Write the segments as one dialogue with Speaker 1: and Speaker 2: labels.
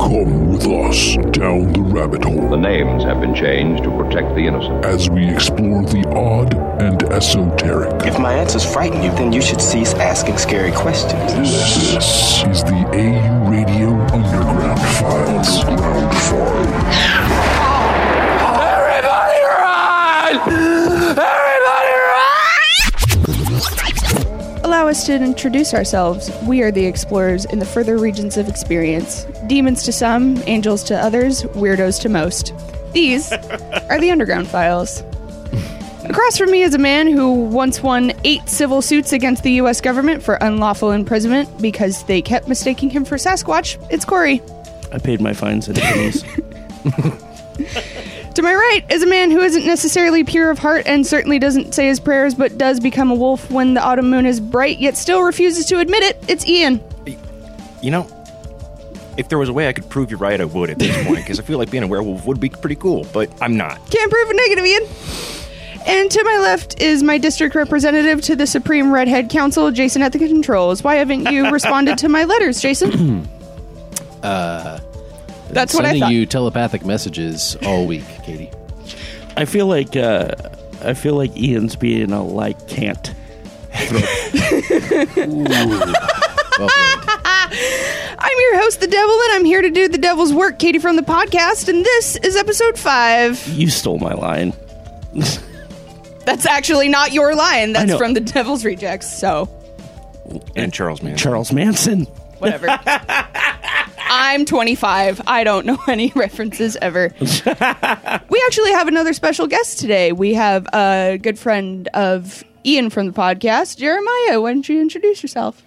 Speaker 1: Come with us down the rabbit
Speaker 2: The
Speaker 1: hole
Speaker 2: names have been changed to protect the innocent.
Speaker 1: as we explore the odd and esoteric.
Speaker 3: If my answers frighten you, then you should cease asking scary questions.
Speaker 1: This is the AU Radio Underground Files. Underground Files.
Speaker 4: Allow us to introduce ourselves. We are the explorers in the further regions of experience. Demons to some, angels to others, weirdos to most. These are the underground files. Across from me is a man who once won eight civil suits against the U.S. government for unlawful imprisonment because they kept mistaking him for Sasquatch. It's Corey.
Speaker 5: I paid my fines in pennies.
Speaker 4: To my right is a man who isn't necessarily pure of heart and certainly doesn't say his prayers, but does become a wolf when the autumn moon is bright, yet still refuses to admit it. It's Ian.
Speaker 6: You know, if there was a way I could prove you right, I would at this point, because I feel like being a werewolf would be pretty cool, but I'm not.
Speaker 4: Can't prove a negative, Ian. And to my left is my district representative to the Supreme Redhead Council, Jason at the controls. Why haven't you responded to my letters, Jason? uh, That's what I
Speaker 7: Sending
Speaker 4: thought.
Speaker 7: you telepathic messages all week, Katie.
Speaker 5: I feel like uh, I feel like Ian's being a like can't.
Speaker 7: Well played.
Speaker 4: I'm your host, the Devil, and I'm here to do the Devil's work, Katie from the podcast, and this is episode five.
Speaker 5: You stole my line.
Speaker 4: That's actually not your line. That's
Speaker 5: know.
Speaker 4: from the Devil's Rejects. So
Speaker 6: And Charles Manson.
Speaker 5: Charles Manson.
Speaker 4: whatever. I'm 25. I don't know any references ever. we actually have another special guest today. We have a good friend of Ian from the podcast, Jeremiah. Why don't you introduce yourself?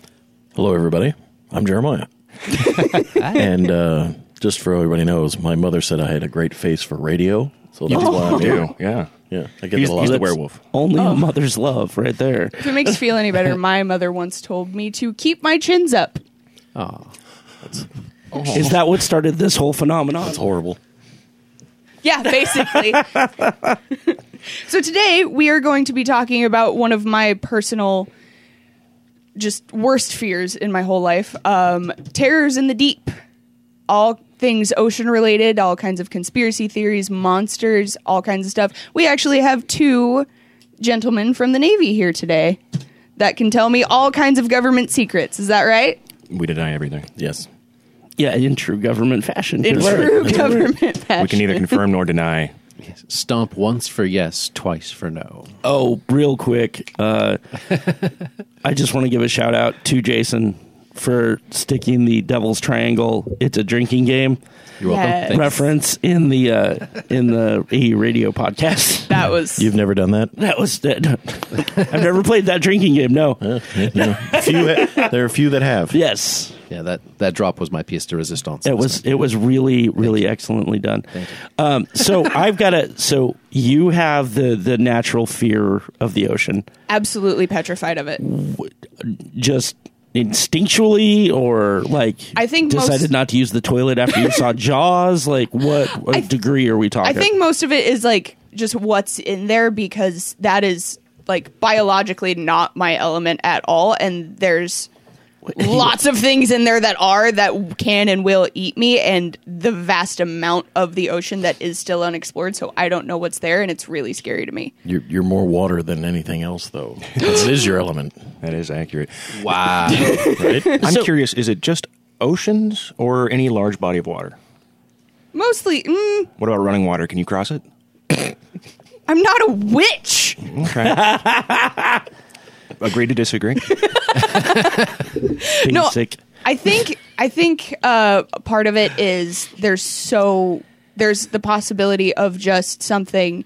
Speaker 8: Hello, everybody. I'm Jeremiah. and uh, just for everybody knows, my mother said I had a great face for radio, so that's why I'm here.
Speaker 6: Ew, yeah.
Speaker 8: Yeah, I get
Speaker 6: Oh. He's,
Speaker 8: that a lot.
Speaker 6: he's the
Speaker 8: That's-
Speaker 6: werewolf.
Speaker 5: Only
Speaker 4: Oh.
Speaker 5: a mother's love, right there.
Speaker 4: If it makes you feel any better, my mother once told me to keep my chins up.
Speaker 6: Oh.
Speaker 5: Is that what started this whole phenomenon?
Speaker 8: That's horrible.
Speaker 4: Yeah, basically. so today we are going to be talking about one of my personal, just worst fears in my whole life um, terrors in the deep. All things ocean related, all kinds of conspiracy theories, monsters, all kinds of stuff. We actually have two gentlemen from the Navy here today that can tell me all kinds of government secrets. Is that right?
Speaker 6: We deny everything.
Speaker 8: Yes.
Speaker 5: Yeah, in true government fashion.
Speaker 4: In
Speaker 5: That's right.
Speaker 4: true government fashion.
Speaker 6: We can neither confirm nor deny.
Speaker 7: Stomp once for yes, twice for no.
Speaker 5: Oh, real quick. Uh, I just want to give a shout out to Jason for sticking the Devil's Triangle. It's a drinking game
Speaker 7: You're welcome.
Speaker 4: Yes.
Speaker 7: Thanks.
Speaker 5: reference in the uh, in the AE radio podcast.
Speaker 4: That was
Speaker 8: You've never done that?
Speaker 5: That was that. I've never played that drinking game. No.
Speaker 8: No. few ha- there are few that have.
Speaker 5: Yes,
Speaker 7: Yeah, that, that drop was my piece de resistance.
Speaker 5: it was. It was really, really excellently done. Um, so I've got a. So you have the the natural fear of the ocean,
Speaker 4: absolutely petrified of it.
Speaker 5: just instinctually, or like
Speaker 4: I think
Speaker 5: decided
Speaker 4: most-
Speaker 5: not to use the toilet after you saw Jaws. Like what, what
Speaker 4: I th-
Speaker 5: degree are we talking?
Speaker 4: I think most of it is like just what's in there because that is like biologically not my element at all. And there's lots of things in there that are that can and will eat me, and the vast amount of the ocean that is still unexplored. So I don't know what's there, and it's really scary to me.
Speaker 8: You're, you're more water than anything else, though. Because it is your element,
Speaker 6: That is accurate.
Speaker 7: Wow.
Speaker 8: right?
Speaker 6: I'm curious, is it just oceans or any large body of water?
Speaker 4: Mostly, mm,
Speaker 6: What about running water? Can you cross it?
Speaker 4: I'm not a witch.
Speaker 6: Okay. Agree to disagree.
Speaker 5: basic.
Speaker 4: I think I think uh, part of it is there's so there's the possibility of just something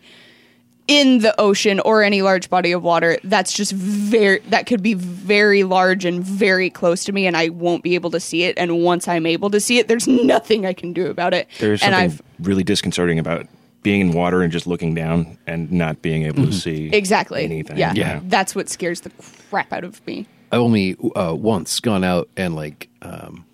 Speaker 4: in the ocean or any large body of water that's just very that could be very large and very close to me and I won't be able to see it and once I'm able to see it there's nothing I can do about it
Speaker 6: There's
Speaker 4: and
Speaker 6: something really disconcerting about being in water and just looking down and not being able to see
Speaker 4: Mm-hmm. exactly
Speaker 6: anything.
Speaker 4: yeah.
Speaker 6: yeah.
Speaker 4: that's what scares the crap out of me
Speaker 7: I've only uh, once gone out and like um,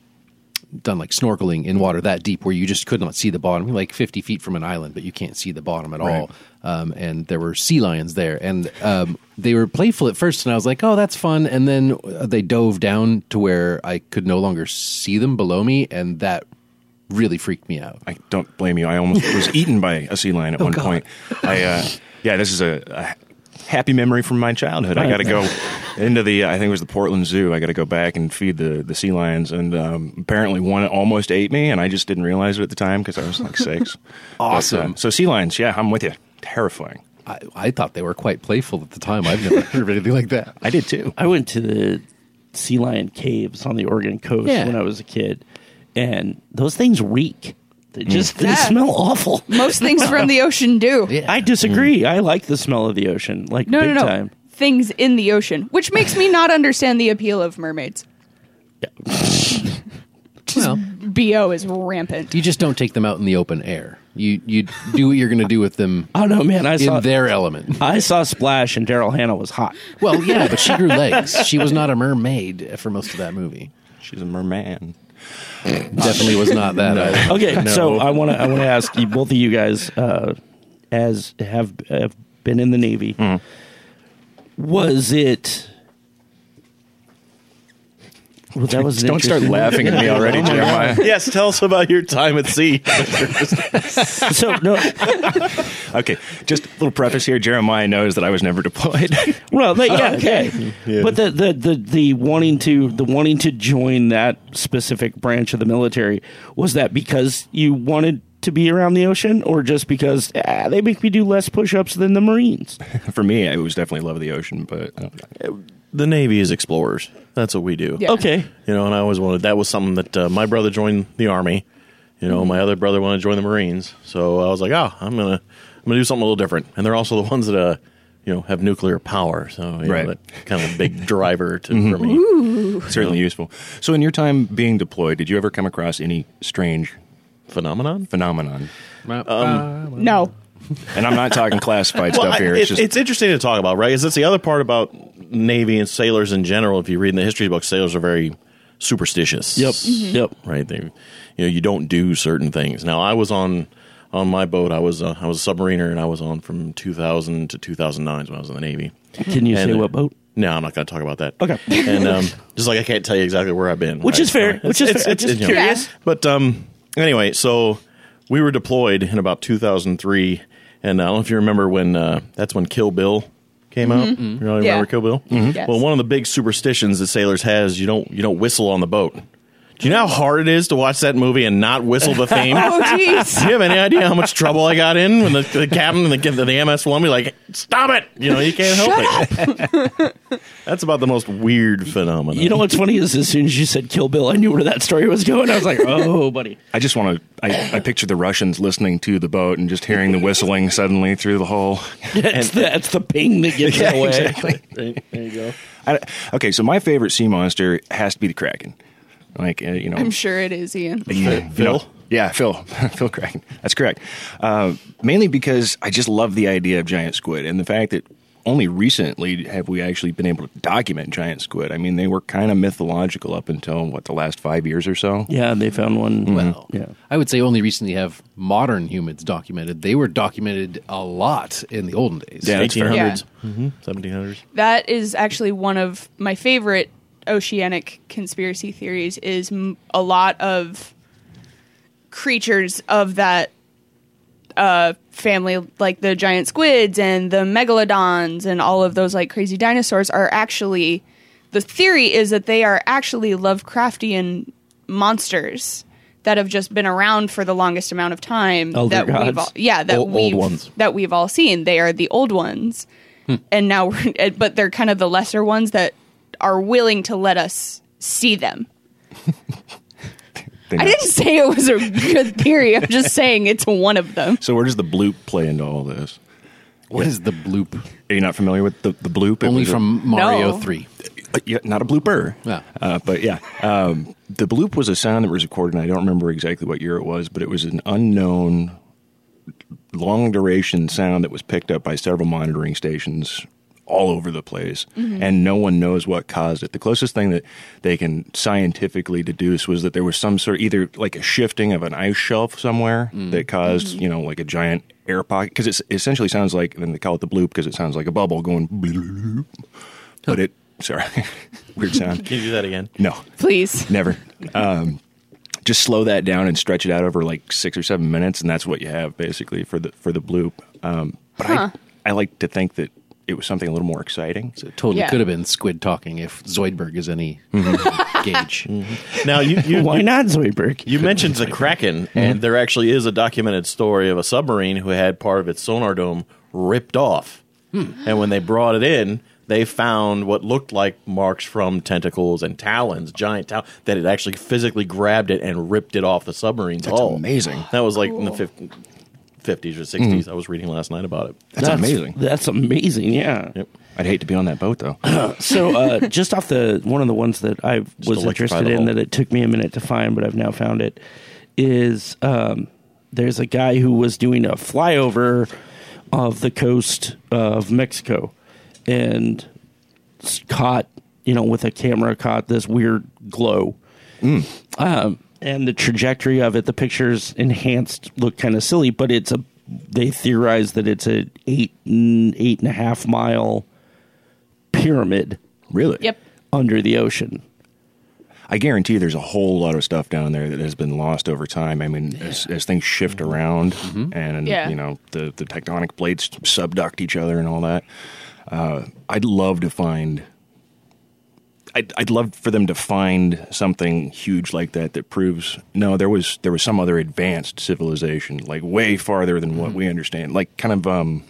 Speaker 7: done like snorkeling in water that deep where you just could not see the bottom, like 50 feet from an island, but you can't see the bottom at all. Um, and there were sea lions there, and um, they were playful at first, and I was like, "Oh, that's fun." And then uh, they dove down to where I could no longer see them below me, and that really freaked me out.
Speaker 6: I don't blame you. I almost was eaten by a sea lion at one
Speaker 7: Oh, God.
Speaker 6: point. I uh, yeah, this is a, a happy memory from my childhood. I got to go into the I think it was the Portland Zoo. I got to go back and feed the the sea lions, and um, apparently one almost ate me, and I just didn't realize it at the time because I was like six. But, uh,
Speaker 7: Awesome.
Speaker 6: so sea lions, yeah, I'm with you. Terrifying.
Speaker 7: I, I thought they were quite playful at the time. I've never heard of anything like that.
Speaker 6: I did too.
Speaker 5: I went to the sea lion caves on the Oregon coast
Speaker 7: Yeah.
Speaker 5: when I was a kid, and those things reek. They just they
Speaker 4: Yeah.
Speaker 5: smell awful.
Speaker 4: Most things from the ocean do.
Speaker 7: Yeah.
Speaker 5: I disagree.
Speaker 6: Mm.
Speaker 5: I like the smell of the ocean, like
Speaker 4: No,
Speaker 5: big
Speaker 4: no, no.
Speaker 5: time.
Speaker 4: Things in the ocean, which makes me not understand the appeal of mermaids.
Speaker 7: well,
Speaker 4: Bo is rampant.
Speaker 7: you just don't take them out in the open air. You you do what you're going to do with them
Speaker 5: Oh no, man! I saw
Speaker 7: in their element.
Speaker 5: I saw Splash, and Daryl Hannah was hot.
Speaker 7: Well, yeah, but she grew legs. She was not a mermaid for most of that movie.
Speaker 6: She's a merman.
Speaker 7: Definitely was not that. either.
Speaker 5: Okay, so I want to I want to ask you, both of you guys, uh, as have, have been in the Navy,
Speaker 6: Mm.
Speaker 5: was it? Well, that was an
Speaker 6: Don't start
Speaker 5: interesting-
Speaker 6: laughing at me already, Jeremiah.
Speaker 8: yes, tell us about your time at sea.
Speaker 5: So no,
Speaker 6: Okay, just a little preface here. Jeremiah knows that I was never deployed.
Speaker 5: well, they, yeah, okay,
Speaker 8: Yeah.
Speaker 5: but the, the the the wanting to the wanting to join that specific branch of the military was that because you wanted to be around the ocean, or just because ah, they make me do less push-ups than the Marines?
Speaker 6: For me, it was definitely love of the ocean, but uh, I don't
Speaker 8: the Navy is explorers. That's what we do.
Speaker 4: Yeah.
Speaker 5: Okay,
Speaker 8: You know, and I always wanted that was something that uh, my brother joined the army. You know, my other brother wanted to join the Marines, so I was like, oh, I'm gonna I'm gonna do something a little different. And they're also the ones that uh, you know have nuclear power, so you
Speaker 6: Right.
Speaker 8: know, that kind of a big driver to for me.
Speaker 6: certainly useful. So, in your time being deployed, did you ever come across any strange
Speaker 8: Phenomenon.
Speaker 6: phenomenon?
Speaker 4: No.
Speaker 6: And I'm not talking classified
Speaker 8: Well,
Speaker 6: stuff
Speaker 8: I-
Speaker 6: here.
Speaker 8: It's,
Speaker 6: It's just
Speaker 8: it's interesting to talk about, right? Is that's the other part about Navy and sailors in general. If you read in the history books, sailors are very superstitious. Mm-hmm.
Speaker 5: yep, yep.
Speaker 8: right? They, you know, you don't do certain things. Now, I was on on my boat. I was uh, I was a submariner, and I was on from 2000 to 2009 is when I was in the Navy.
Speaker 5: Can you
Speaker 8: And-
Speaker 5: say what boat?
Speaker 8: No, I'm not going to talk about that.
Speaker 5: Okay.
Speaker 8: and um, just like I can't tell you exactly where I've been,
Speaker 5: Which
Speaker 8: right?
Speaker 5: is fair,
Speaker 8: Right.
Speaker 5: which is fair. Just
Speaker 8: you know.
Speaker 4: curious.
Speaker 8: But um, anyway, so we were deployed in about 2003, and I don't know if you remember when uh, that's when Kill Bill came out. You know, you
Speaker 4: Mm-hmm. Yeah.
Speaker 8: remember Kill Bill? Mm-hmm.
Speaker 4: Yes.
Speaker 8: Well, one of the big superstitions that sailors has is you don't you don't whistle on the boat. Do you know how hard it is to watch that movie and not whistle the theme?
Speaker 4: Oh, jeez.
Speaker 8: Do you have any idea how much trouble I got in when the, the captain and the, the MS one be like, "Stop it!" You know, you can't help it. That's about the most weird phenomenon.
Speaker 5: You know what's funny is as soon as you said Kill Bill, I knew where that story was going. I was like, oh, buddy.
Speaker 6: I just want to. I, I picture the Russians listening to the boat and just hearing the whistling suddenly through the hole.
Speaker 5: That's the, that's the ping that gives it away. Right, There you go.
Speaker 6: I, okay, so my favorite sea monster has to be the kraken. Like uh, you know,
Speaker 4: I'm sure it is, Ian.
Speaker 6: Yeah, Phil. Yeah, Phil. Phil Kraken. That's correct. Uh, mainly because I just love the idea of giant squid and the fact that only recently have we actually been able to document giant squid. I mean, they were kind of mythological up until what the last five years or so.
Speaker 5: Yeah, they found one.
Speaker 7: Well,
Speaker 5: yeah.
Speaker 7: I would say only recently have modern humans documented. They were documented a lot in the olden days.
Speaker 6: Yeah, that's fair.
Speaker 8: 1800s, hmm 1700s.
Speaker 4: That is actually one of my favorite oceanic conspiracy theories is m- a lot of creatures of that uh, family like the giant squids and the megalodons and all of those like crazy dinosaurs are actually the theory is that they are actually Lovecraftian monsters that have just been around for the longest amount of time
Speaker 5: Elder
Speaker 4: that we've
Speaker 5: gods.
Speaker 4: all, yeah that
Speaker 5: Ol- old
Speaker 4: we've
Speaker 5: ones. Hmm.
Speaker 4: that we've all seen they are the old ones and now we're eh, but they're kind of the lesser ones that are willing to let us see them
Speaker 6: They're
Speaker 4: I
Speaker 6: not-
Speaker 4: didn't say it was a good theory. I'm just saying it's one of them.
Speaker 6: So where does the bloop play into all this?
Speaker 7: What is the bloop?
Speaker 6: Are you not familiar with the, the bloop? It
Speaker 7: Only
Speaker 6: was a-
Speaker 7: from Mario
Speaker 4: No.
Speaker 7: 3.
Speaker 6: Uh, yeah, not a blooper.
Speaker 7: Yeah.
Speaker 6: Uh, but yeah, um, the bloop was a sound that was recorded, and I don't remember exactly what year it was, but it was an unknown, long duration sound that was picked up by several monitoring stations all over the place, and no one knows what caused it. The closest thing that they can scientifically deduce was that there was some sort, either like a shifting of an ice shelf somewhere that caused, you know, like a giant air pocket, because it essentially sounds like, and they call it the bloop because it sounds like a bubble going, bloop, but it, sorry, weird sound.
Speaker 8: Can you do that again?
Speaker 6: No,
Speaker 4: Please.
Speaker 6: never. Um, just slow that down and stretch it out over like six or seven minutes, and that's what you have basically for the for the bloop. Um, but I I like to think that it was something a little more exciting.
Speaker 7: So it totally
Speaker 4: Yeah.
Speaker 7: could have been squid talking if Zoidberg is any gauge.
Speaker 8: Now you you
Speaker 5: Why not Zoidberg?
Speaker 8: You mentioned the Kraken,
Speaker 6: Mm-hmm.
Speaker 8: and there actually is a documented story of a submarine who had part of its sonar dome ripped off.
Speaker 6: Hmm.
Speaker 8: And when they brought it in, they found what looked like marks from tentacles and talons, giant talons, that it actually physically grabbed it and ripped it off the submarine's
Speaker 6: That's
Speaker 8: hull.
Speaker 6: amazing. Hmm.
Speaker 8: That was like in the 50, 50s or 60s. I was reading last night about it.
Speaker 6: That's, amazing.
Speaker 5: That's amazing. Yeah.
Speaker 8: Yep.
Speaker 6: I'd hate to be on that boat though.
Speaker 5: So uh, just off the one of the ones that I was
Speaker 8: electrify
Speaker 5: interested
Speaker 8: the
Speaker 5: in
Speaker 8: whole-
Speaker 5: that it took me a minute to find, but I've now found it is um, there's a guy who was doing a flyover of the coast of Mexico and s- caught you know with a camera caught this weird glow.
Speaker 8: Mm.
Speaker 5: Um, and the trajectory of it, the pictures enhanced look kind of silly, but it's a. They theorize that it's a eight eight and a half mile pyramid
Speaker 6: really?
Speaker 4: Yep.
Speaker 5: under the ocean.
Speaker 6: I guarantee there's a whole lot of stuff down there that has been lost over time. I mean, as, as things shift around and
Speaker 4: Yeah.
Speaker 6: you know the the tectonic plates subduct each other and all that, uh, I'd love to find. I'd, I'd love for them to find something huge like that that proves no, there was there was some other advanced civilization like way farther than what we understand, like kind of um,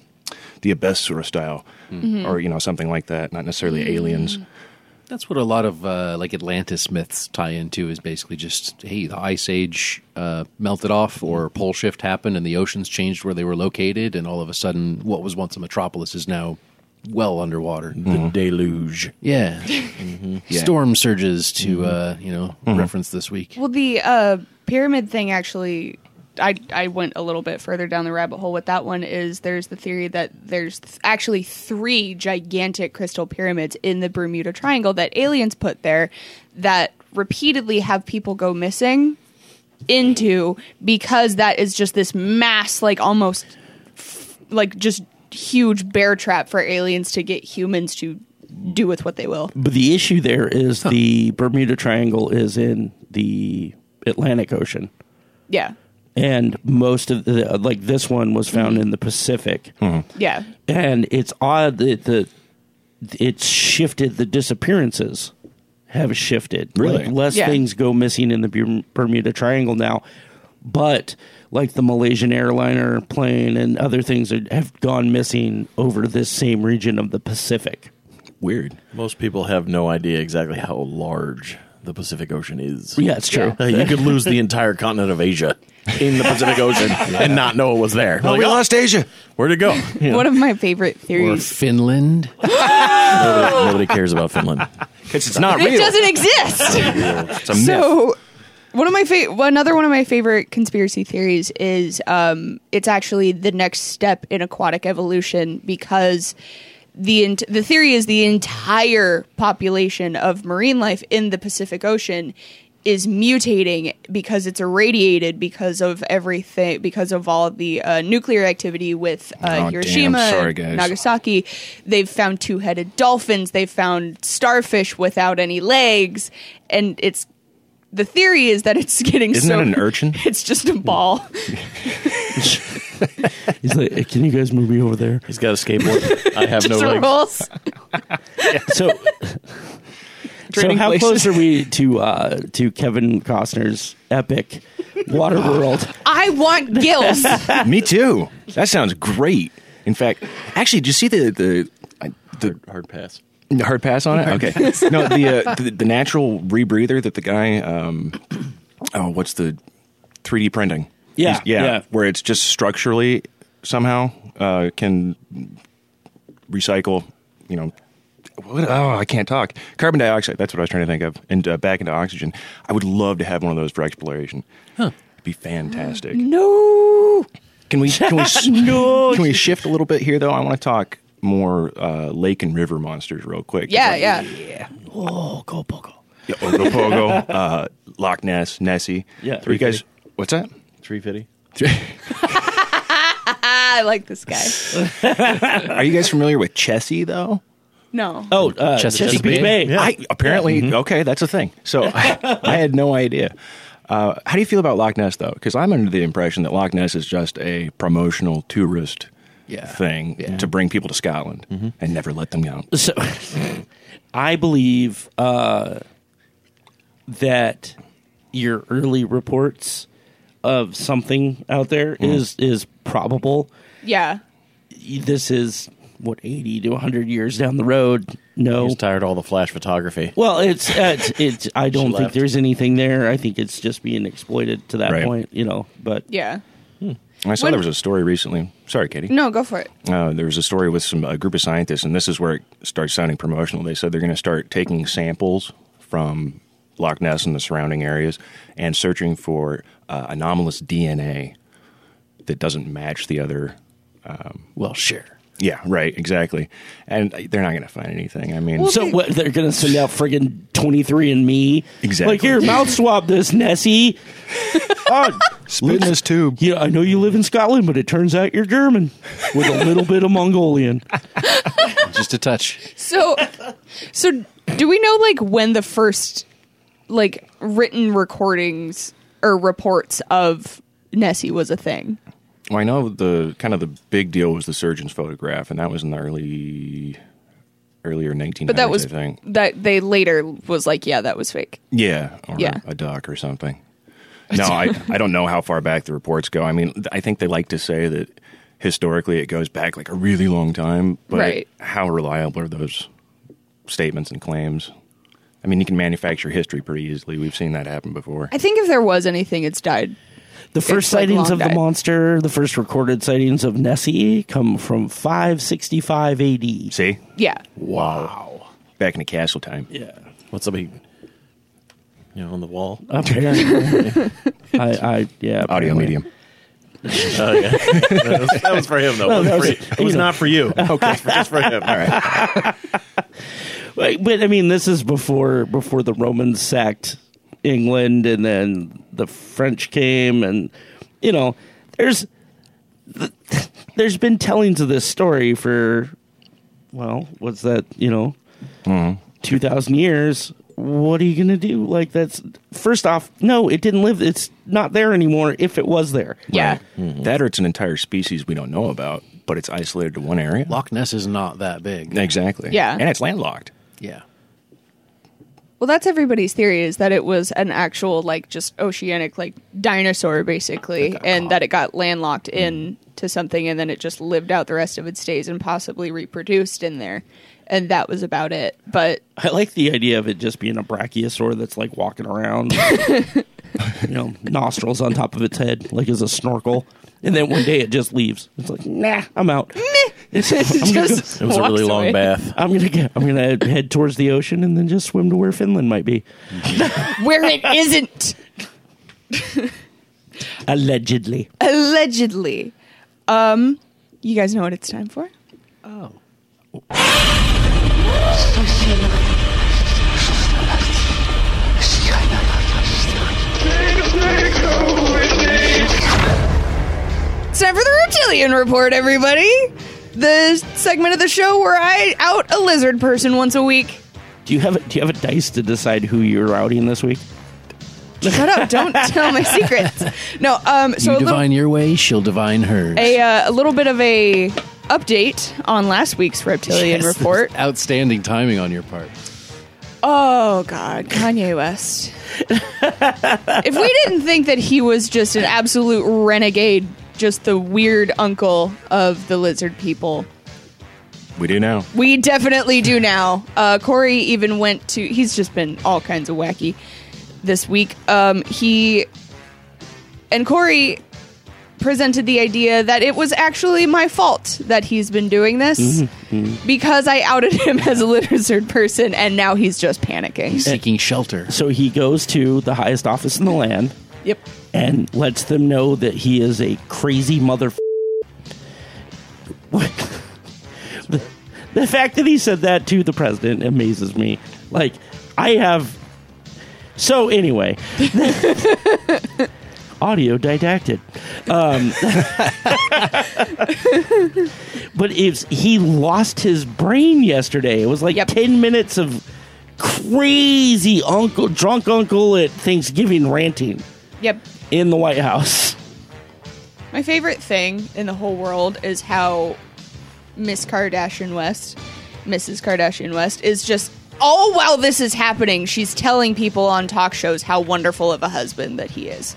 Speaker 6: the abyss sort of style, or you know something like that. Not necessarily aliens.
Speaker 7: That's what a lot of uh, like Atlantis myths tie into is basically just hey the ice age uh, melted off or pole shift happened and the oceans changed where they were located and all of a sudden what was once a metropolis is now well underwater.
Speaker 8: The deluge.
Speaker 7: Yeah. storm surges to uh, you know reference this week.
Speaker 4: Well, the uh, pyramid thing actually, I I went a little bit further down the rabbit hole with that one. Is there's the theory that there's th- actually three gigantic crystal pyramids in the Bermuda Triangle that aliens put there that repeatedly have people go missing into because that is just this mass, like almost f- like just huge bear trap for aliens to get humans to do with what they will.
Speaker 5: But the issue there is the Bermuda Triangle is in the Atlantic Ocean,
Speaker 4: Yeah.
Speaker 5: and most of the like this one was found in the Pacific,
Speaker 4: Yeah.
Speaker 5: and it's odd that the it's shifted. The disappearances have shifted.
Speaker 6: Really?
Speaker 5: like, less
Speaker 4: Yeah.
Speaker 5: things go missing in the Berm- Bermuda Triangle now, but like the Malaysian airliner plane and other things are, have gone missing over this same region of the Pacific.
Speaker 6: Weird.
Speaker 8: Most people have no idea exactly how large the Pacific Ocean is.
Speaker 5: Yeah, it's true.
Speaker 8: Uh, you could lose the entire continent of Asia in the Pacific Ocean and not know it was there. Like, oh,
Speaker 6: Asia.
Speaker 8: where'd it go?
Speaker 4: One of my favorite
Speaker 7: Or
Speaker 4: theories.
Speaker 7: Finland.
Speaker 8: nobody, nobody cares about Finland.
Speaker 6: Because it's not real.
Speaker 4: It doesn't exist.
Speaker 6: It's a myth.
Speaker 4: so, one of my fa- well, another one of my favorite conspiracy theories is um, it's actually the next step in aquatic evolution because the ent- the theory is the entire population of marine life in the Pacific Ocean is mutating because it's irradiated because of everything because of all the uh, nuclear activity with uh,
Speaker 6: Oh, damn.
Speaker 4: Hiroshima,
Speaker 6: Sorry, guys.
Speaker 4: Nagasaki. Nagasaki. They've found two headed dolphins. They've found starfish without any legs. And it's the theory is that it's getting
Speaker 6: Isn't
Speaker 4: so.
Speaker 6: that an urchin?
Speaker 4: It's just a ball.
Speaker 5: He's like, can you guys move me over there?
Speaker 8: He's got a skateboard. I have no
Speaker 4: just
Speaker 8: legs.
Speaker 4: rolls.
Speaker 5: So, so
Speaker 6: Trading
Speaker 5: how
Speaker 6: places.
Speaker 5: close are we to uh, to Kevin Costner's epic Waterworld?
Speaker 4: I want gills.
Speaker 6: Me too. That sounds great. In fact, actually, did you see the the I- the
Speaker 8: Hard pass.
Speaker 6: the hard pass on it? Okay, no the, uh, the the natural rebreather that the guy um oh what's the 3D printing?
Speaker 5: Yeah,
Speaker 6: He's- yeah,
Speaker 5: yeah.
Speaker 6: where it's just structurally somehow uh, can recycle. You know, what, oh I can't talk. Carbon dioxide. That's what I was trying to think of, and uh, back into oxygen. I would love to have one of those for exploration. Huh. It'd be fantastic.
Speaker 5: No,
Speaker 6: Can we can we s-
Speaker 5: no.
Speaker 6: can we shift a little bit here though? I want to talk more uh, lake and river monsters real quick.
Speaker 4: yeah, yeah.
Speaker 5: Oh, go Poco.
Speaker 6: Yeah, Ogopogo, uh, Loch Ness, Nessie.
Speaker 5: Yeah.
Speaker 6: Are you guys? What's that?
Speaker 8: 350.
Speaker 4: I like this guy.
Speaker 6: Are you guys familiar with Chessie though?
Speaker 4: No.
Speaker 5: Oh, uh, Chesapeake,
Speaker 7: Chesapeake
Speaker 5: Bay.
Speaker 8: Yeah.
Speaker 6: I apparently okay, that's a thing. So I, I had no idea. Uh, how do you feel about Loch Ness, though? Because I'm under the impression that Loch Ness is just a promotional tourist
Speaker 7: Yeah.
Speaker 6: thing
Speaker 7: Yeah.
Speaker 6: to bring people to Scotland and never let them out.
Speaker 5: So I believe uh, that your early reports of something out there is is probable.
Speaker 4: Yeah.
Speaker 5: This is what 80 to 100 years down the road. No.
Speaker 8: He's tired of all the flash photography.
Speaker 5: Well, it's uh, it's, it's I don't think
Speaker 8: left.
Speaker 5: there's anything there. I think it's just being exploited to that
Speaker 6: Right.
Speaker 5: point, you know, but
Speaker 4: Yeah.
Speaker 6: I saw
Speaker 4: When-
Speaker 6: there was a story recently. Sorry, Katie.
Speaker 4: No, go for it.
Speaker 6: uh, there was a story with some a group of scientists, and this is where it starts sounding promotional. They said they're going to start taking samples from Loch Ness and the surrounding areas and searching for uh, anomalous DNA that doesn't match the other. um,
Speaker 7: Well, sure.
Speaker 6: Yeah, right, exactly. And they're not going to find anything. I mean,
Speaker 5: So what? They're gonna send out friggin' twenty three and me.
Speaker 6: Exactly.
Speaker 5: Like here, mouth swab this, Nessie. oh,
Speaker 6: spin this tube.
Speaker 5: yeah, I know you live in Scotland, but it turns out you're German with a little bit of Mongolian.
Speaker 7: Just a touch.
Speaker 4: So, so do we know like when the first like written recordings or reports of Nessie was a thing?
Speaker 6: Well, I know the kind of the big deal was the surgeon's photograph, and that was in the early, earlier 1900s,
Speaker 4: But that was
Speaker 6: I think.
Speaker 4: that they later was like, yeah, that was fake.
Speaker 6: Yeah, or
Speaker 4: Yeah.
Speaker 6: a duck or something. No, I, I don't know how far back the reports go. I mean, th- I think they like to say that historically it goes back like a really long time, but
Speaker 4: Right.
Speaker 6: how reliable are those statements and claims? I mean, you can manufacture history pretty easily. We've seen that happen before.
Speaker 4: I think if there was anything, it's died.
Speaker 5: The first
Speaker 4: It's like
Speaker 5: sightings
Speaker 4: long
Speaker 5: of the
Speaker 4: died.
Speaker 5: monster, the first recorded sightings of Nessie, come from five sixty five A.D.
Speaker 6: See,
Speaker 4: Yeah,
Speaker 6: wow, back in the castle time.
Speaker 5: Yeah,
Speaker 8: What's up, he- you know, on the wall?
Speaker 5: apparently. I, I yeah,
Speaker 6: Audio
Speaker 5: apparently.
Speaker 6: medium.
Speaker 8: Oh, yeah. that, was, that was for him, though. it
Speaker 5: that
Speaker 8: was,
Speaker 5: was-
Speaker 8: for, it was not for you. Okay, it's for, just for him. All right.
Speaker 5: Like, but I mean, this is before before the Romans sacked England, and then the French came, and you know, there's there's been tellings of this story for well, what's that? You know, thousand years. What are you gonna do? Like that's first off, no, it didn't live. It's not there anymore. If it was there,
Speaker 4: yeah.
Speaker 6: That or it's an entire species we don't know about, but it's isolated to one area.
Speaker 7: Loch Ness is not that big.
Speaker 6: Exactly.
Speaker 4: Yeah.
Speaker 6: and it's landlocked.
Speaker 7: Yeah.
Speaker 4: Well, that's everybody's theory is that it was an actual like just oceanic like dinosaur basically, and that it got landlocked
Speaker 8: Hmm.
Speaker 4: in to something, and then it just lived out the rest of its days and possibly reproduced in there, and that was about it. But
Speaker 5: I like the idea of it just being a brachiosaur that's like walking around, you know, nostrils on top of its head, like as a snorkel. And then one day it just leaves. It's like, nah, I'm out. It's- I'm, gonna go,
Speaker 4: just
Speaker 8: It was a
Speaker 4: walks
Speaker 8: really long
Speaker 4: away.
Speaker 8: bath.
Speaker 5: I'm gonna go- I'm gonna head towards the ocean and then just swim to where Finland might be,
Speaker 4: where it isn't
Speaker 5: allegedly.
Speaker 4: allegedly. Um, you guys know what it's time for? It's time for the reptilian report, everybody. The segment of the show where I out a lizard person once a week.
Speaker 5: Do you have a, do you have a dice to decide who you're outing this week?
Speaker 4: Shut up! Don't tell my secrets. No. Um. So a
Speaker 7: you
Speaker 4: little-
Speaker 7: divine your way, she'll divine hers.
Speaker 4: a, uh, a little bit of a update on last week's reptilian
Speaker 7: Yes,
Speaker 4: report.
Speaker 7: Outstanding timing on your part.
Speaker 4: Oh God, Kanye West! if we didn't think that he was just an absolute renegade, just the weird uncle of the lizard people,
Speaker 6: We do now.
Speaker 4: we definitely do now. Uh, Corey even went to. He's just been all kinds of wacky this week. Um, he and Corey presented the idea that it was actually my fault that he's been doing this because I outed him as a lizard person, and now he's just panicking.
Speaker 7: Seeking shelter.
Speaker 5: So he goes to the highest office in the land
Speaker 4: yep.
Speaker 5: and lets them know that he is a crazy mother. What? the, the fact that he said that to the president amazes me. Like, I have. So anyway, audio didacted. Um, but it's he lost his brain yesterday. It was like
Speaker 4: Yep.
Speaker 5: ten minutes of crazy uncle drunk uncle at Thanksgiving ranting.
Speaker 4: Yep.
Speaker 5: in the White House.
Speaker 4: My favorite thing in the whole world is how Miss Kardashian West, Mrs. Kardashian West, is just, oh, while this is happening, she's telling people on talk shows how wonderful of a husband that he is.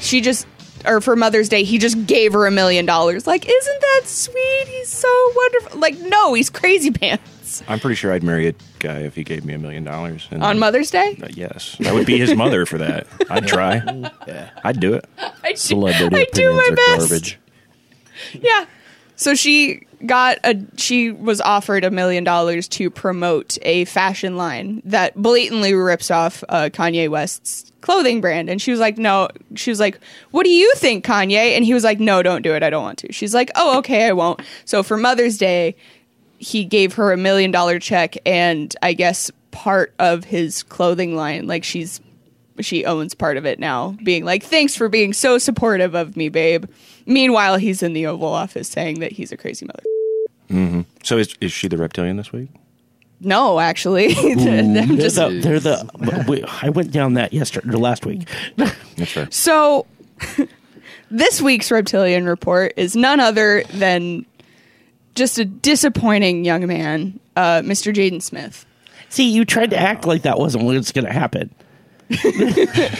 Speaker 4: She just, or for Mother's Day, he just gave her a million dollars. Like, isn't that sweet? He's so wonderful. Like, no, he's crazy pants.
Speaker 6: I'm pretty sure I'd marry a guy if he gave me a million dollars. and
Speaker 4: On
Speaker 6: then-
Speaker 4: Mother's Day?
Speaker 6: Uh, Yes, I would be his mother for that. I'd try. I'd do it.
Speaker 4: I do,
Speaker 8: Celebrity
Speaker 4: I do
Speaker 8: opinions
Speaker 4: my
Speaker 8: are
Speaker 4: best.
Speaker 8: garbage.
Speaker 4: Yeah. So she got a she was offered a million dollars to promote a fashion line that blatantly rips off uh, Kanye West's clothing brand, and she was like, "No." She was like, "What do you think, Kanye?" And he was like, "No, don't do it. I don't want to." She's like, "Oh, okay, I won't." So for Mother's Day, he gave her a million dollar check, and I guess part of his clothing line, like she's she owns part of it now, being like, "Thanks for being so supportive of me, babe." Meanwhile, he's in the Oval Office saying that he's a crazy mother.
Speaker 6: So is is she the reptilian this week?
Speaker 4: No, actually, I'm
Speaker 5: They're
Speaker 4: just
Speaker 5: the, they're the we- I went down that yesterday or last week.
Speaker 6: That's fair.
Speaker 4: so. this week's reptilian report is none other than just a disappointing young man, uh, Mr. Jaden Smith.
Speaker 5: See, you tried to act like that wasn't what's going to happen.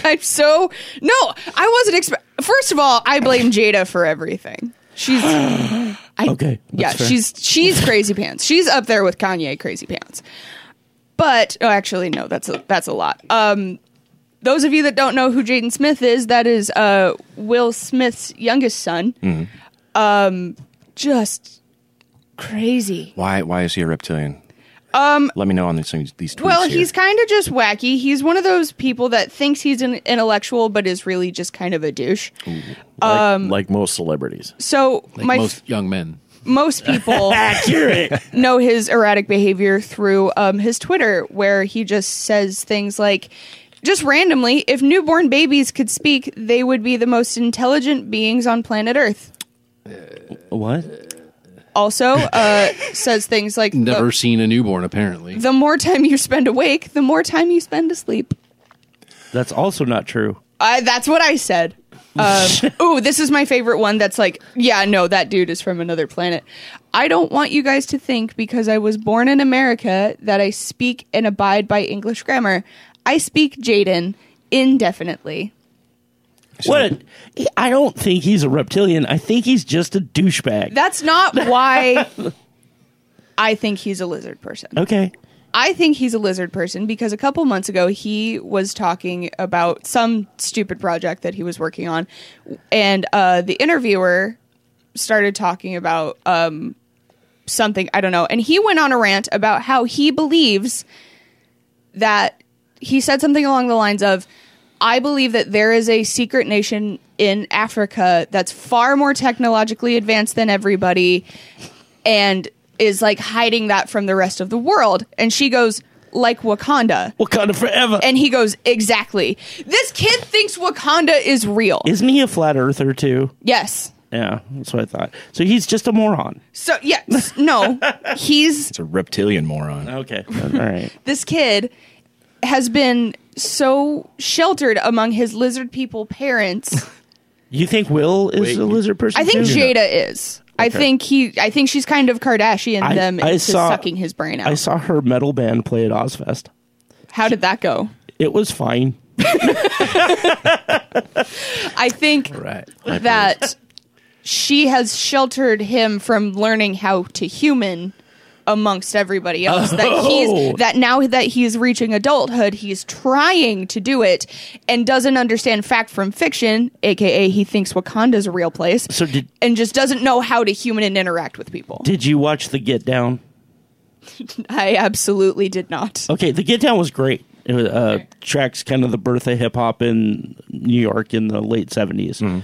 Speaker 4: I'm so no, I wasn't expect. First of all, I blame Jada for everything. She's I,
Speaker 5: Okay, that's
Speaker 4: yeah,
Speaker 5: fair.
Speaker 4: she's she's crazy pants. She's up there with Kanye crazy pants. But oh, actually, no, that's a, that's a lot. Um, those of you that don't know who Jaden Smith is, that is uh, Will Smith's youngest son. Um,
Speaker 5: Mm-hmm.
Speaker 4: just crazy.
Speaker 6: Why why is he a reptilian? Um, let me know on these things, these tweets.
Speaker 4: Well,
Speaker 6: here.
Speaker 4: he's kind of just wacky. He's one of those people that thinks he's an intellectual, but is really just kind of a douche.
Speaker 8: Like, like most celebrities.
Speaker 4: So
Speaker 7: Like
Speaker 4: my
Speaker 7: most young men.
Speaker 4: most people
Speaker 5: Accurate.
Speaker 4: know his erratic behavior through um, his Twitter, where he just says things like, just randomly, if newborn babies could speak, they would be the most intelligent beings on planet Earth.
Speaker 5: what?
Speaker 4: Also, uh, says things like,
Speaker 7: Never
Speaker 4: the,
Speaker 7: seen a newborn, apparently.
Speaker 4: the more time you spend awake, the more time you spend asleep.
Speaker 5: That's also not true.
Speaker 4: I, that's what I said. Um, ooh, this is my favorite one. That's like, yeah, no, that dude is from another planet. I don't want you guys to think because I was born in America that I speak and abide by English grammar. I speak Jaden indefinitely.
Speaker 5: What? I don't think he's a reptilian. I think he's just a douchebag.
Speaker 4: That's not why I think he's a lizard person.
Speaker 5: okay.
Speaker 4: I think he's a lizard person because a couple months ago he was talking about some stupid project that he was working on, and uh, the interviewer started talking about um, something I don't know, and he went on a rant about how he believes that he said something along the lines of, "I believe that there is a secret nation in Africa that's far more technologically advanced than everybody." and is like hiding that from the rest of the world. And she goes, like Wakanda.
Speaker 5: Wakanda forever.
Speaker 4: And he goes, exactly. This kid thinks Wakanda is real.
Speaker 5: Isn't he a flat earther too?
Speaker 4: yes.
Speaker 5: Yeah, that's what I thought. So he's just a moron.
Speaker 4: So, yes, no, he's
Speaker 6: it's a reptilian moron.
Speaker 5: Okay. All right.
Speaker 4: this kid has been so sheltered among his lizard people parents.
Speaker 5: You think Will is a lizard person?
Speaker 4: I think
Speaker 5: too?
Speaker 4: Jada is. I think he. I think she's kind of Kardashian
Speaker 5: I-
Speaker 4: them
Speaker 5: I
Speaker 4: into
Speaker 5: saw-
Speaker 4: sucking his brain out.
Speaker 5: I saw her metal band play at Ozfest.
Speaker 4: How did that go?
Speaker 5: It was fine.
Speaker 4: I think
Speaker 7: Right.
Speaker 4: that she has sheltered him from learning how to human amongst everybody else that he's that now that he's reaching adulthood he's trying to do it and doesn't understand fact from fiction aka he thinks wakanda's a real place
Speaker 5: So did
Speaker 4: and just doesn't know how to human and interact with people
Speaker 5: did you watch the Get Down?
Speaker 4: i absolutely did not
Speaker 5: Okay, the Get Down was great. It was, uh, tracks kind of the birth of hip hop in New York in the late 70s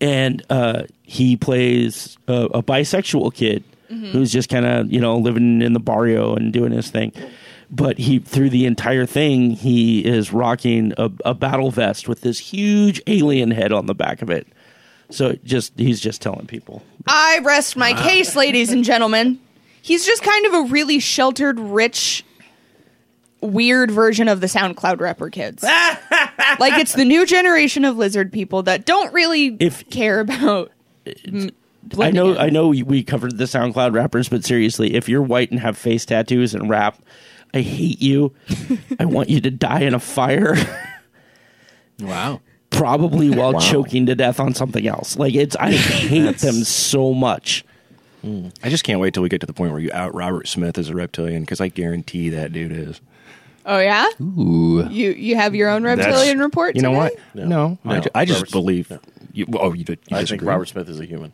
Speaker 5: and uh, he plays a, a bisexual kid who's just kind of you know living in the barrio and doing his thing. But he through the entire thing, he is rocking a, a battle vest with this huge alien head on the back of it. So it just he's just telling people
Speaker 4: i rest my case ladies and gentlemen he's just kind of a really sheltered rich weird version of the SoundCloud rapper kids. like it's the new generation of lizard people that don't really
Speaker 5: If-
Speaker 4: care about.
Speaker 5: I know, I know. We covered the SoundCloud rappers, but seriously, if you're white and have face tattoos and rap, I hate you. I want you to die in a fire,
Speaker 7: Wow.
Speaker 5: probably while choking to death on something else. Like it's, I hate them so much.
Speaker 6: I just can't wait till we get to the point where you out Robert Smith as a reptilian because I guarantee that dude is.
Speaker 4: Oh yeah,
Speaker 7: Ooh.
Speaker 4: you you have your own reptilian report.
Speaker 6: You know
Speaker 4: today?
Speaker 6: what? No, I,
Speaker 8: No.
Speaker 6: ju- I just
Speaker 8: Robert Smith.
Speaker 6: believe. You, well, oh, you, did, you
Speaker 8: I think
Speaker 6: disagree?
Speaker 8: Robert Smith is a human.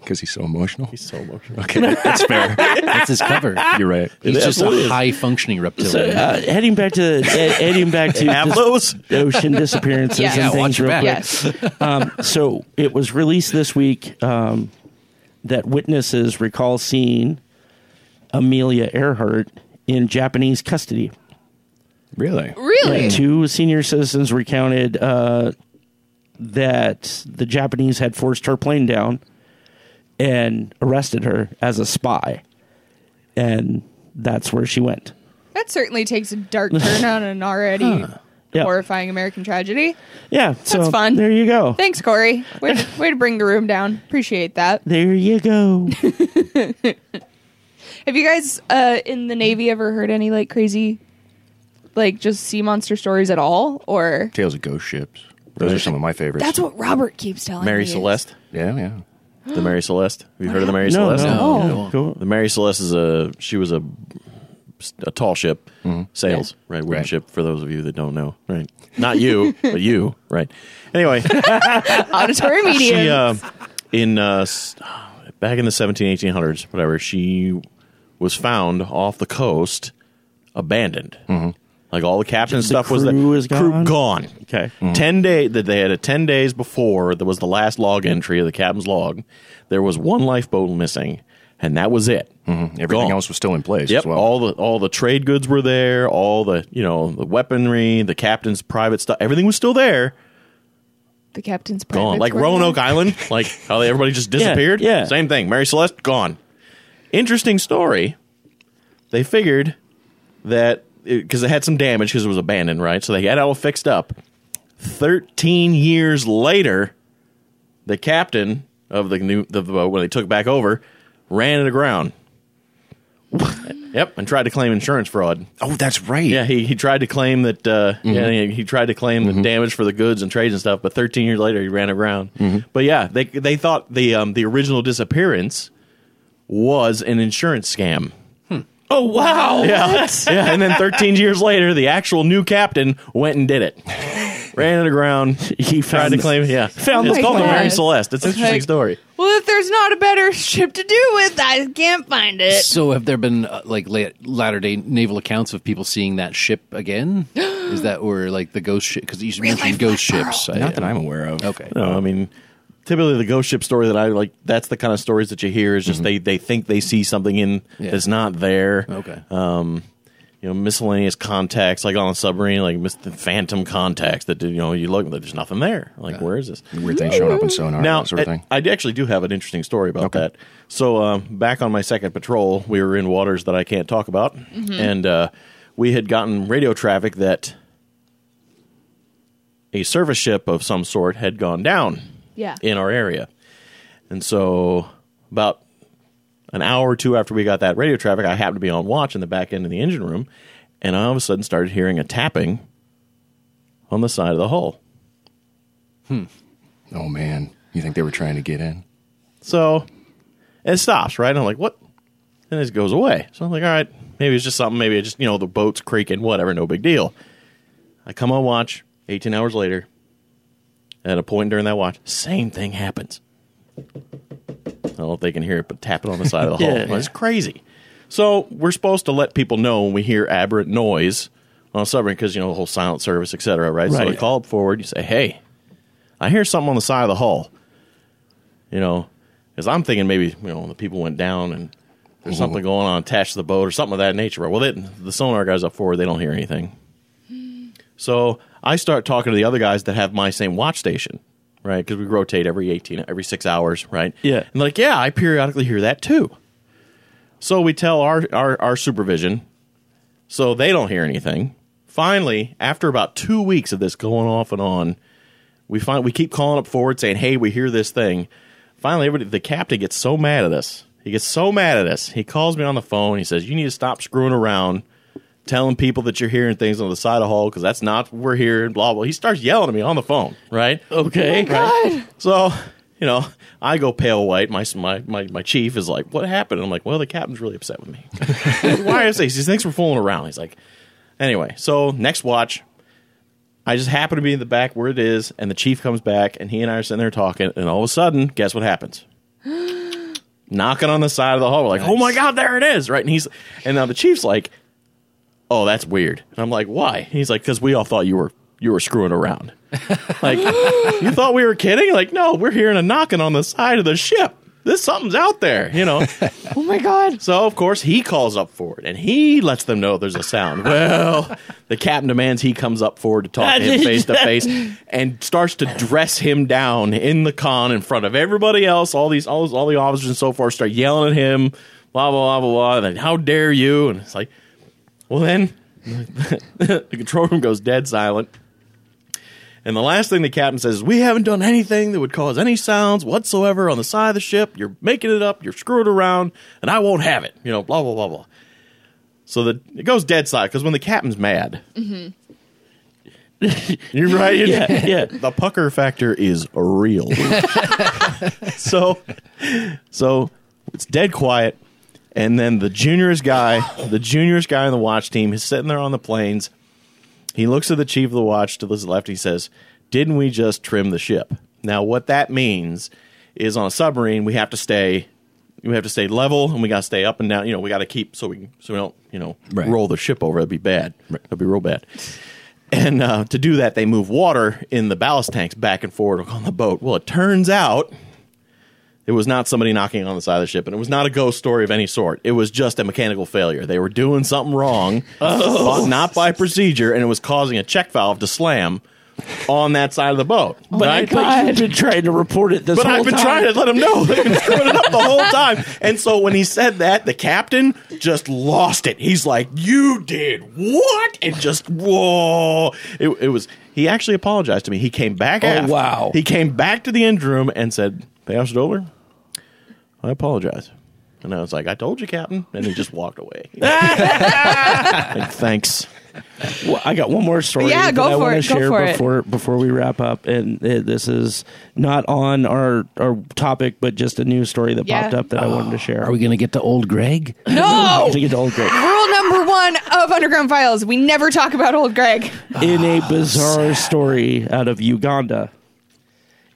Speaker 6: because he's so emotional.
Speaker 8: He's so emotional.
Speaker 6: Okay, that's fair.
Speaker 7: That's his cover.
Speaker 6: You're right.
Speaker 7: He's just
Speaker 8: what it
Speaker 7: a
Speaker 8: is.
Speaker 7: high functioning
Speaker 5: So
Speaker 7: reptilian.
Speaker 5: uh, heading back to eh, heading back to
Speaker 8: Have
Speaker 5: dis-
Speaker 8: those?
Speaker 5: ocean disappearances
Speaker 4: Yeah.
Speaker 5: and
Speaker 4: Yeah,
Speaker 5: things
Speaker 7: watch your
Speaker 5: real
Speaker 7: back.
Speaker 5: quick.
Speaker 4: Yes.
Speaker 5: Um, so it was released this week um, that witnesses recall seeing Amelia Earhart in Japanese custody.
Speaker 6: Really?
Speaker 4: Really?
Speaker 5: Two senior citizens recounted uh, that the Japanese had forced her plane down and arrested her as a spy, and that's where she went.
Speaker 4: That certainly takes a dark turn on an already
Speaker 5: Yeah.
Speaker 4: horrifying American tragedy.
Speaker 5: Yeah, that's so
Speaker 4: fun.
Speaker 5: There you go.
Speaker 4: Thanks, Corey. Way to, way to bring the room down. Appreciate that.
Speaker 5: there you go.
Speaker 4: Have you guys uh, in the Navy ever heard any like crazy, like just sea monster stories at all? Or
Speaker 6: Tales of ghost ships. Those are some of my favorites.
Speaker 4: that's what Robert keeps telling me.
Speaker 8: Mary
Speaker 4: is-
Speaker 8: Celeste.
Speaker 6: Yeah, yeah.
Speaker 8: The Mary Celeste. Have you heard of the
Speaker 5: no,
Speaker 8: Mary Celeste?
Speaker 5: no,
Speaker 4: Oh.
Speaker 5: no. Go-
Speaker 8: The Mary Celeste is a she was a a tall ship, sails, right? Wooden
Speaker 6: Mm-hmm. Right.
Speaker 8: ship for those of you that don't know, right? Not you, but you, right? Anyway,
Speaker 4: auditory medium.
Speaker 8: she uh, in uh, s- back in the 17 1800s, whatever. She was found off the coast, abandoned.
Speaker 6: Mm-hmm.
Speaker 8: Like all the captain
Speaker 5: the
Speaker 8: stuff was the
Speaker 5: crew is gone?
Speaker 8: Crew gone.
Speaker 5: Okay.
Speaker 4: Oh
Speaker 6: Mm-hmm.
Speaker 8: Ten day that they had a ten days before that was the last log entry of the captain's log. There was one lifeboat missing, and that was it.
Speaker 6: Mm, Mm-hmm. Everything
Speaker 8: Gone.
Speaker 6: else was still in place.
Speaker 8: Yep,
Speaker 6: As well.
Speaker 8: all the all the trade goods were there. All the you know the weaponry, the captain's private stuff, everything was still there.
Speaker 4: the captain's
Speaker 8: Gone
Speaker 4: private
Speaker 8: like
Speaker 4: plane.
Speaker 8: Roanoke Island, like how they- everybody just disappeared.
Speaker 5: yeah.
Speaker 8: same thing. Mary Celeste gone. Interesting story. They figured that because it had some damage because it was abandoned, right? So they got it all fixed up. Thirteen years later, the captain of the new the boat when they took back over ran it aground. yep, and tried to claim insurance fraud.
Speaker 6: oh, that's right. Mm-hmm.
Speaker 8: Yeah, he, he tried to claim that. Uh, Yeah, he, he tried to claim the damage for the goods and trades and stuff. But 13 years later, he ran aground.
Speaker 6: Mm-hmm.
Speaker 8: But yeah, they they thought the um, the original disappearance was an insurance scam.
Speaker 6: Hmm.
Speaker 5: Oh wow!
Speaker 8: Yeah, yeah. And then 13 years later, the actual new captain went and did it. Ran it aground.
Speaker 5: He
Speaker 8: Tried
Speaker 5: found
Speaker 8: to
Speaker 5: the-
Speaker 8: claim. Yeah,
Speaker 5: found
Speaker 8: it's
Speaker 4: the
Speaker 8: called the Mary
Speaker 4: God.
Speaker 8: Celeste. It's an interesting
Speaker 4: Like-
Speaker 8: story.
Speaker 4: Well, if there's not a better ship to do with, I can't find it.
Speaker 7: So have there been uh, like latter day naval accounts of people seeing that ship again? Is that where like the ghost ship? Because you mentioned ghost ships. I-
Speaker 6: Not that I'm aware of.
Speaker 7: okay.
Speaker 8: No, I mean, typically the ghost ship story that I like, that's the kind of stories that you hear is just they, they think they see something in
Speaker 7: Yeah.
Speaker 8: that's not there.
Speaker 7: Okay.
Speaker 8: Um, you know, miscellaneous contacts, like on a submarine, like mis- phantom contacts that, you know, you look, there's nothing there. Like, where is this?
Speaker 6: Weird thing showing up in sonar.
Speaker 8: Now,
Speaker 6: that sort of
Speaker 8: I-
Speaker 6: thing.
Speaker 8: I, actually do have an interesting story about that. So, um, back on my second patrol, we were in waters that I can't talk about, and uh, we had gotten radio traffic that a service ship of some sort had gone down
Speaker 4: Yeah.
Speaker 8: in our area. And so, about an hour or two after we got that radio traffic, I happened to be on watch in the back end of the engine room, and I all of a sudden started hearing a tapping on the side of the hull.
Speaker 6: oh man, you think they were trying to get in?
Speaker 8: So it stops, right? And I'm like, what? And it just goes away. So I'm like, all right, maybe it's just something. Maybe it's just, you know, the boat's creaking, whatever, no big deal. I come on watch 18 hours later. At a point during that watch, same thing happens. I don't know if they can hear it, but tap it on the side of the hull.
Speaker 5: Yeah,
Speaker 8: It's crazy. So we're supposed to let people know when we hear aberrant noise on a submarine because, you know, the whole silent service, et cetera, right? So
Speaker 5: Right.
Speaker 8: you call up forward, you say, hey, I hear something on the side of the hull you know, because I'm thinking maybe you know the people went down and there's something going on attached to the boat or something of that nature. Well, they, the sonar guys up forward, they don't hear anything. So I start talking to the other guys that have my same watch station, right? Because we rotate every eighteen, every six hours, right?
Speaker 5: Yeah.
Speaker 8: And like, yeah, I periodically hear that too. So we tell our our, our supervision, So they don't hear anything. Finally, after about two weeks of this going off and on, we find we keep calling up forward saying, "Hey, we hear this thing." Finally, everybody, the captain gets so mad at us. He gets so mad at us. He calls me on the phone. He says, "You need to stop screwing around, telling people that you're hearing things on the side of the hall because that's not what we're hearing." Blah blah. He starts yelling at me on the phone. Right?
Speaker 5: Okay.
Speaker 8: So, you know, I go pale white. My, my, my, my chief is like, what happened? And I'm like, well, the captain's really upset with me. Why is this? He thinks we're fooling around. He's like, anyway, so next watch, I just happen to be in the back where it is, and the chief comes back, and he and I are sitting there talking, and all of a sudden, guess what happens? Knocking on the side of the hall, we're like, "Oh my god, there it is!" Right, and he's, and now the chief's like, "Oh, that's weird." And I'm like, "Why?" He's like, "Because we all thought you were you were screwing around." Like, you thought we were kidding? Like, no, we're hearing a knocking on the side of the ship. This something's out there, you know.
Speaker 4: Oh my god.
Speaker 8: so of course he calls up forward and he lets them know there's a sound. Well, the captain demands he comes up forward to talk to him face to face and starts to dress him down in the con in front of everybody else. All these all, all the officers and so forth start yelling at him, blah blah blah blah blah. And then how dare you? And it's like, well then the control room goes dead silent. And the last thing the captain says is, We haven't done anything that would cause any sounds whatsoever on the side of the ship. You're making it up. You're screwing around, and I won't have it. You know, blah, blah, blah, blah. So the, it goes dead silent because when the captain's mad, you're right. you
Speaker 5: Yeah, yeah.
Speaker 8: The pucker factor is real. so, so it's dead quiet. And then the juniorist guy, the juniorist guy on the watch team, is sitting there on the planes. He looks at the chief of the watch to his left. He says, "Didn't we just trim the ship?" Now, what that means is, on a submarine, we have to stay, we have to stay level, and we got to stay up and down. You know, we got to keep so we so we don't you know
Speaker 6: Right.
Speaker 8: roll the ship over. That'd be bad. That'd be real bad. And uh, to do that, they move water in the ballast tanks back and forward on the boat. Well, it turns out it was not somebody knocking on the side of the ship, and it was not a ghost story of any sort. It was just a mechanical failure. They were doing something wrong, but not by procedure, and it was causing a check valve to slam on that side of the boat.
Speaker 5: But,
Speaker 8: right?
Speaker 5: I, but you've been trying to report it this
Speaker 8: But
Speaker 5: whole
Speaker 8: I've been
Speaker 5: time.
Speaker 8: trying to let him know. They've been screwing it up the whole time. And so when he said that, the captain just lost it. He's like, "You did what?" And just whoa! It, it was. He actually apologized to me. He came back.
Speaker 5: Oh,
Speaker 8: aft.
Speaker 5: wow.
Speaker 8: He came back to the end room and said, "Pastor Dobler, I apologize." And I was like, "I told you, Captain." And he just walked away. Like, Thanks.
Speaker 5: Well, I got one more story.
Speaker 4: Yeah,
Speaker 5: that
Speaker 4: go
Speaker 5: I
Speaker 4: for
Speaker 5: wanna
Speaker 4: it, go
Speaker 5: Share
Speaker 4: for it.
Speaker 5: before before we wrap up, and uh, this is not on our our topic, but just a news story that
Speaker 4: Yeah.
Speaker 5: popped up that I wanted to share.
Speaker 7: Are we going to get to old Greg?
Speaker 4: No.
Speaker 5: To get to old Greg.
Speaker 4: Rule number one of Underground Files: we never talk about old Greg.
Speaker 5: in a bizarre story out of Uganda,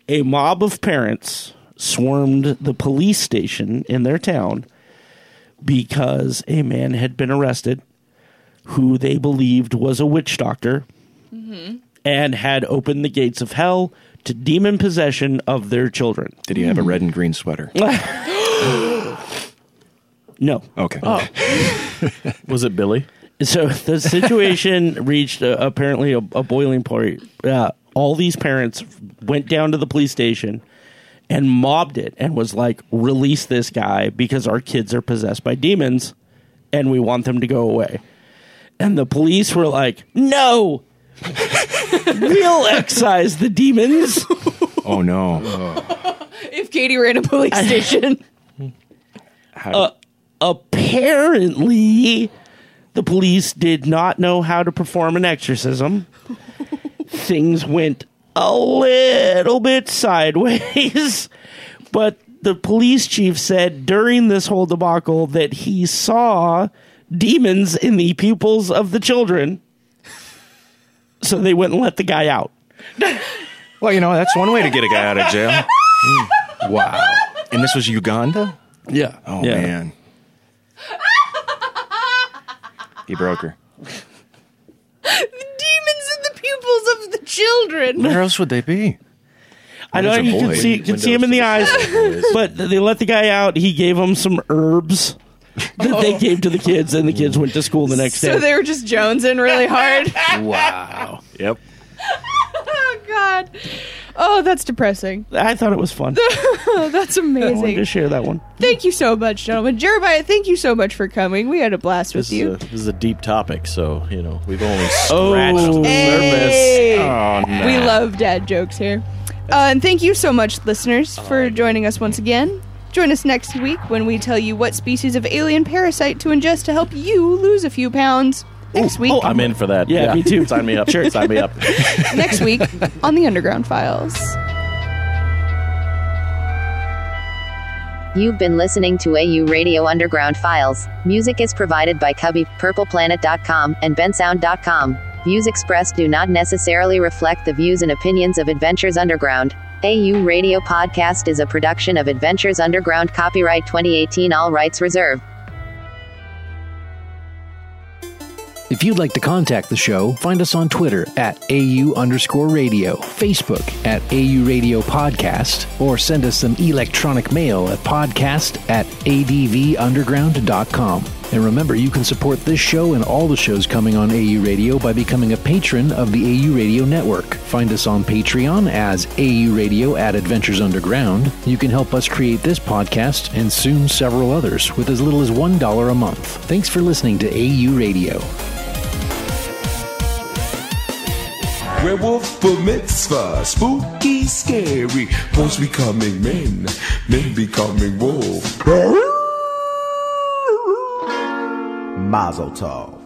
Speaker 5: a mob of parents swarmed the police station in their town because a man had been arrested who they believed was a witch doctor and had opened the gates of hell to demon possession of their children.
Speaker 6: Did he have a red and green sweater?
Speaker 5: No.
Speaker 6: Okay.
Speaker 8: Was it Billy?
Speaker 5: So the situation reached uh, apparently a, a boiling point. Uh, all these parents went down to the police station and mobbed it and was like, release this guy because our kids are possessed by demons and we want them to go away. And the police were like, no, we'll excise the demons.
Speaker 6: Oh no.
Speaker 4: If Katie ran a police station,
Speaker 5: apparently the police did not know how to perform an exorcism. Things went a little bit sideways, but the police chief said during this whole debacle that he saw demons in the pupils of the children. So they wouldn't let the guy out.
Speaker 6: Well, you know that's one way to get a guy out of jail.
Speaker 7: Wow.
Speaker 6: And this was Uganda.
Speaker 5: Yeah.
Speaker 6: Oh man. He broke her.
Speaker 4: demons in the pupils of the children.
Speaker 6: Where else would they be?
Speaker 5: I know
Speaker 6: It's a
Speaker 5: you can
Speaker 6: void.
Speaker 5: see can see him in the eyes, but they let the guy out. He gave him some herbs that they gave to the kids, and the kids went to school the next
Speaker 4: Oh. So
Speaker 5: day.
Speaker 4: they were just jonesing really hard.
Speaker 7: Wow.
Speaker 6: Yep.
Speaker 4: oh God. Oh, that's depressing.
Speaker 5: I thought it was fun.
Speaker 4: Oh, that's
Speaker 5: I wanted to
Speaker 4: amazing.
Speaker 5: share that one.
Speaker 4: Thank you so much, gentlemen. Jeremiah, thank you so much for coming. We had a blast
Speaker 8: This
Speaker 4: with
Speaker 8: is,
Speaker 4: you.
Speaker 8: a, this is a deep topic, so you know we've only scratched
Speaker 5: Oh.
Speaker 8: the surface.
Speaker 4: Hey!
Speaker 6: Oh, no.
Speaker 4: We love dad jokes here. Uh, and thank you so much, listeners,
Speaker 8: Oh,
Speaker 4: for joining us once again. Join us next week when we tell you what species of alien parasite to ingest to help you lose a few pounds. Next week,
Speaker 8: Oh, I'm in for that.
Speaker 5: Yeah, me too.
Speaker 8: Sign me up.
Speaker 5: Sure.
Speaker 8: Sign me up.
Speaker 4: next week on the Underground Files.
Speaker 9: You've been listening to AU Radio Underground Files. Music is provided by Cubby, PurplePlanet.com, and Bensound.com. Views expressed do not necessarily reflect the views and opinions of Adventures Underground. AU Radio Podcast is a production of Adventures Underground, copyright 2018, all rights reserved.
Speaker 7: If you'd like to contact the show, find us on Twitter at AU underscore radio, Facebook at AU Radio Podcast, or send us an electronic mail at podcast at advunderground.com. And remember, you can support this show and all the shows coming on AU Radio by becoming a patron of the AU Radio Network. Find us on Patreon as AU Radio at Adventures Underground. You can help us create this podcast and soon several others with as little as $1 a month. Thanks for listening to AU Radio.
Speaker 10: Werewolf for mitzvah, spooky, scary. Boys becoming men, men becoming wolves.
Speaker 11: Mazel Tov.